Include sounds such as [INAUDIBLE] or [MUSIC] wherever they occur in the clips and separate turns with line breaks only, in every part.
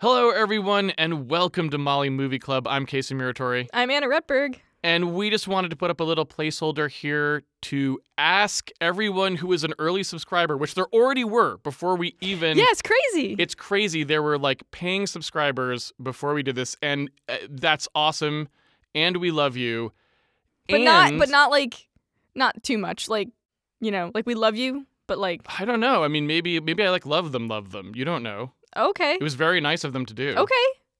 Hello, everyone, and welcome to Molly Movie Club. I'm Casey Muratori,
I'm Anna Redberg.
and we just wanted to put up a little placeholder here to ask everyone who is an early subscriber, which there already were before we even.
yeah, it's crazy.
It's crazy. There were like paying subscribers before we did this, and uh, that's awesome. And we love you.
but not
And-
but not like not too much. Like, you know, like we love you, but like
I don't know. I mean, maybe maybe I like love them, love them. You don't know.
okay.
It was very nice of them to do.
Okay.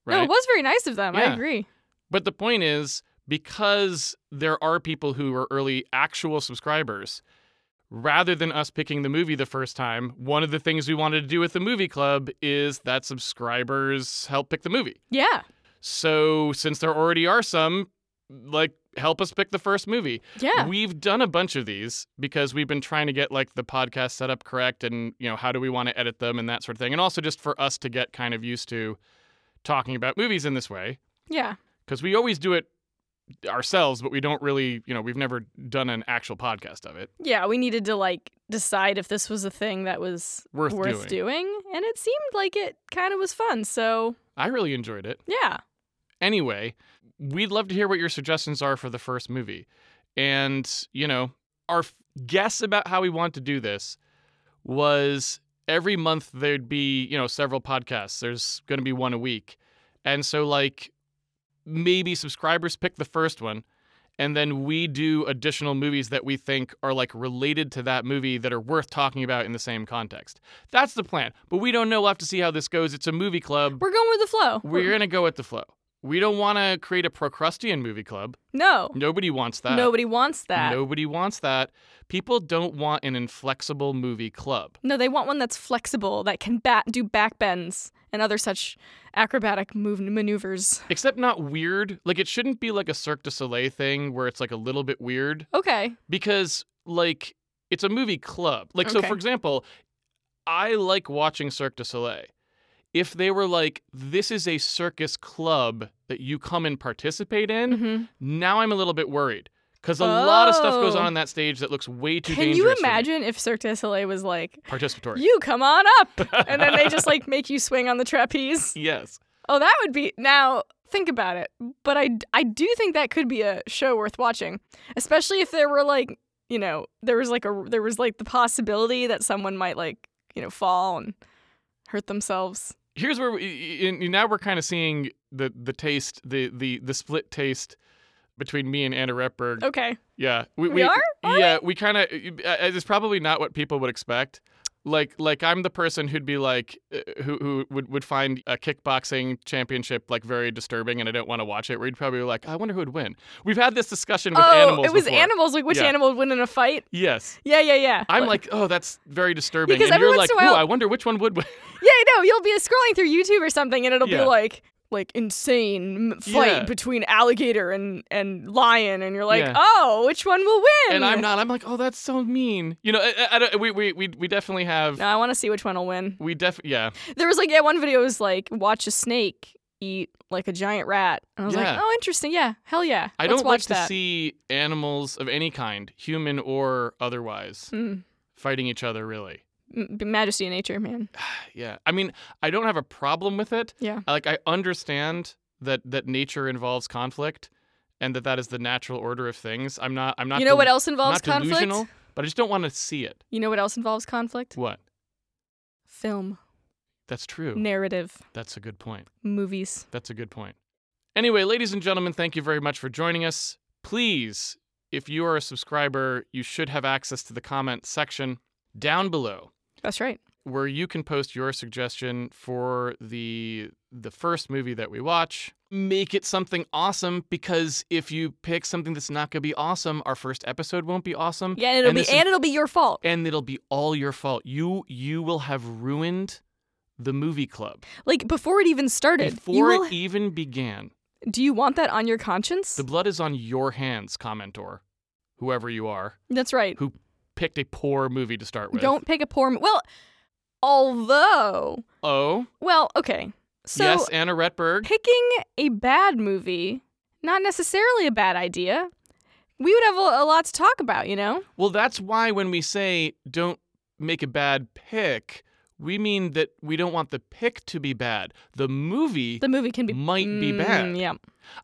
No,
Right?
it was very nice of them.
Yeah.
I agree.
But the point is, because there are people who are early actual subscribers, rather than us picking the movie the first time, one of the things we wanted to do with the movie club is that subscribers help pick the movie.
Yeah.
So since there already are some, like, help us pick the first movie.
Yeah.
We've done a bunch of these because we've been trying to get like the podcast set up correct and, you know, how do we want to edit them and that sort of thing. And also just for us to get kind of used to talking about movies in this way
Yeah.
because we always do it ourselves, but we don't really, you know, we've never done an actual podcast of it.
Yeah. We needed to like decide if this was a thing that was
Worth, doing.
doing. And it seemed like it kind of was fun. So
I really enjoyed it.
yeah.
Anyway, we'd love to hear what your suggestions are for the first movie. And, you know, our f- guess about how we want to do this was every month there'd be, you know, several podcasts. There's going to be one a week. And so, like, maybe subscribers pick the first one. And then we do additional movies that we think are like related to that movie that are worth talking about in the same context. That's the plan. But we don't know. We'll have to see how this goes. It's a movie club.
We're going with the flow.
We're going to go with the flow. We don't want to create a Procrustean movie club.
no.
Nobody wants that.
Nobody wants that.
Nobody wants that. People don't want an inflexible movie club.
No, they want one that's flexible, that can bat do back bends and other such acrobatic move maneuvers.
Except not weird. Like, it shouldn't be like a Cirque du Soleil thing where it's like a little bit weird
Okay.
because, like, it's a movie club. Like, so
Okay.
for example, I like watching Cirque du Soleil. If they were like, this is a circus club that you come and participate [LAUGHS] in,
Mm-hmm.
now I'm a little bit worried because a lot of stuff goes
Oh.
on on that stage that looks way too
Can
dangerous.
you
for me.
imagine if Cirque du Soleil was like,
participatory?
"You come on
[LAUGHS]
up," and then they just like make you swing on the trapeze?
yes,
Oh, that would be now. Think about it, but I I do think that could be a show worth watching, especially if there were like you know there was like a there was like the possibility that someone might like you know fall and hurt themselves.
here's where we, in, in- now we're kind of seeing the the taste, the the the split taste between me and Anna Repberg.
Okay,
Yeah, we,
Oh, We are? Are
Yeah, we kind of. It's probably not what people would expect. Like, like I'm the person who'd be like, uh, who who would, would find a kickboxing championship like very disturbing, and I don't want to watch it. Where you'd probably be like, I wonder who would win. We've had this discussion with
oh,
animals.
it was
before.
animals. Like which
Yeah.
animal would win in a fight?
Yes.
Yeah, yeah, yeah.
I'm like, oh, that's very disturbing.
Because
and
every
you're
once
like,
in a while-
ooh, I wonder which one would
[LAUGHS]
win.
yeah, no, you'll be scrolling through YouTube or something, and it'll
Yeah.
be like like insane m- fight
Yeah.
between alligator and and lion, and you're like,
Yeah.
oh, which one will win?
and I'm not. I'm like, oh, that's so mean. You know, I, I, I don't, we, we we we definitely have.
No, I want to see which one will win.
We def yeah.
There was like yeah, one video was like watch a snake eat like a giant rat, and I was
Yeah.
like, oh, interesting. Yeah, hell yeah.
I
Let's
don't like
watch
to
that.
see animals of any kind, human or otherwise,
Mm.
fighting each other. Really, [SIGHS]
M- majesty of nature, man.
yeah. I mean, I don't have a problem with it.
Yeah.
I- Like, I understand that that nature involves conflict, and that that is the natural order of things. I'm not. I'm not.
you know
del-
what else involves
Not
conflict?
delusional, but I just don't want to see it.
You know what else involves conflict?
What?
Film,
That's true.
narrative,
That's a good point.
movies.
That's a good point. Anyway, ladies and gentlemen, thank you very much for joining us. Please, if you are a subscriber, you should have access to the comment section down below
That's right.
where you can post your suggestion for the the first movie that we watch. Make it something awesome because if you pick something that's not going to be awesome, our first episode won't be awesome
Yeah, and it'll
Mm. And
be
this is-
and it'll be your fault.
and it'll be all your fault. You you will have ruined the movie club
Like before it even started, you
before
will,
it even began.
do you want that on your conscience?
The blood is on your hands, commentor, whoever you are,
That's right.
who picked a poor movie to start with.
Don't pick a poor. m- Well, although,
Oh,
well, okay. So
yes, Anna Retberg.
picking a bad movie, not necessarily a bad idea. We would have a, a lot to talk about, you know.
Well, that's why when we say don't make a bad pick, We mean that we don't want the pick to be bad. The movie
The movie can be
might be
Mm,
bad.
Yeah.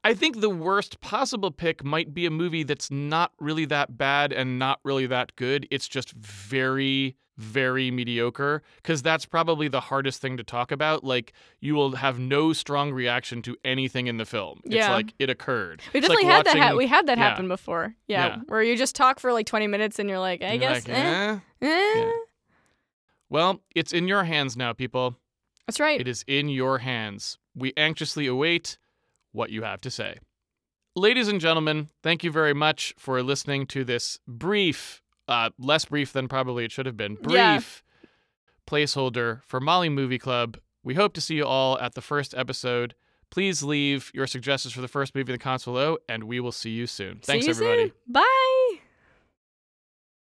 I think the worst possible pick might be a movie that's not really that bad and not really that good. It's just very, very mediocre because that's probably the hardest thing to talk about. Like, you will have no strong reaction to anything in the film. It's
Yeah.
like it occurred.
We
It's like
definitely had that. Ha-
watching-
we had that
yeah.
happen before. Yeah,
Yeah.
where you just talk for like twenty minutes and you're like, I
You're
guess.
like,
eh,
"Eh."
eh."
Yeah. Well, it's in your hands now, people.
That's right.
It is in your hands. We anxiously await what you have to say. Ladies and gentlemen, thank you very much for listening to this brief, uh, less brief than probably it should have been, brief
Yeah.
placeholder for Molly Movie Club. We hope to see you all at the first episode. Please leave your suggestions for the first movie in the console below, and we will see you soon. Thanks,
See you
everybody.
soon. Bye.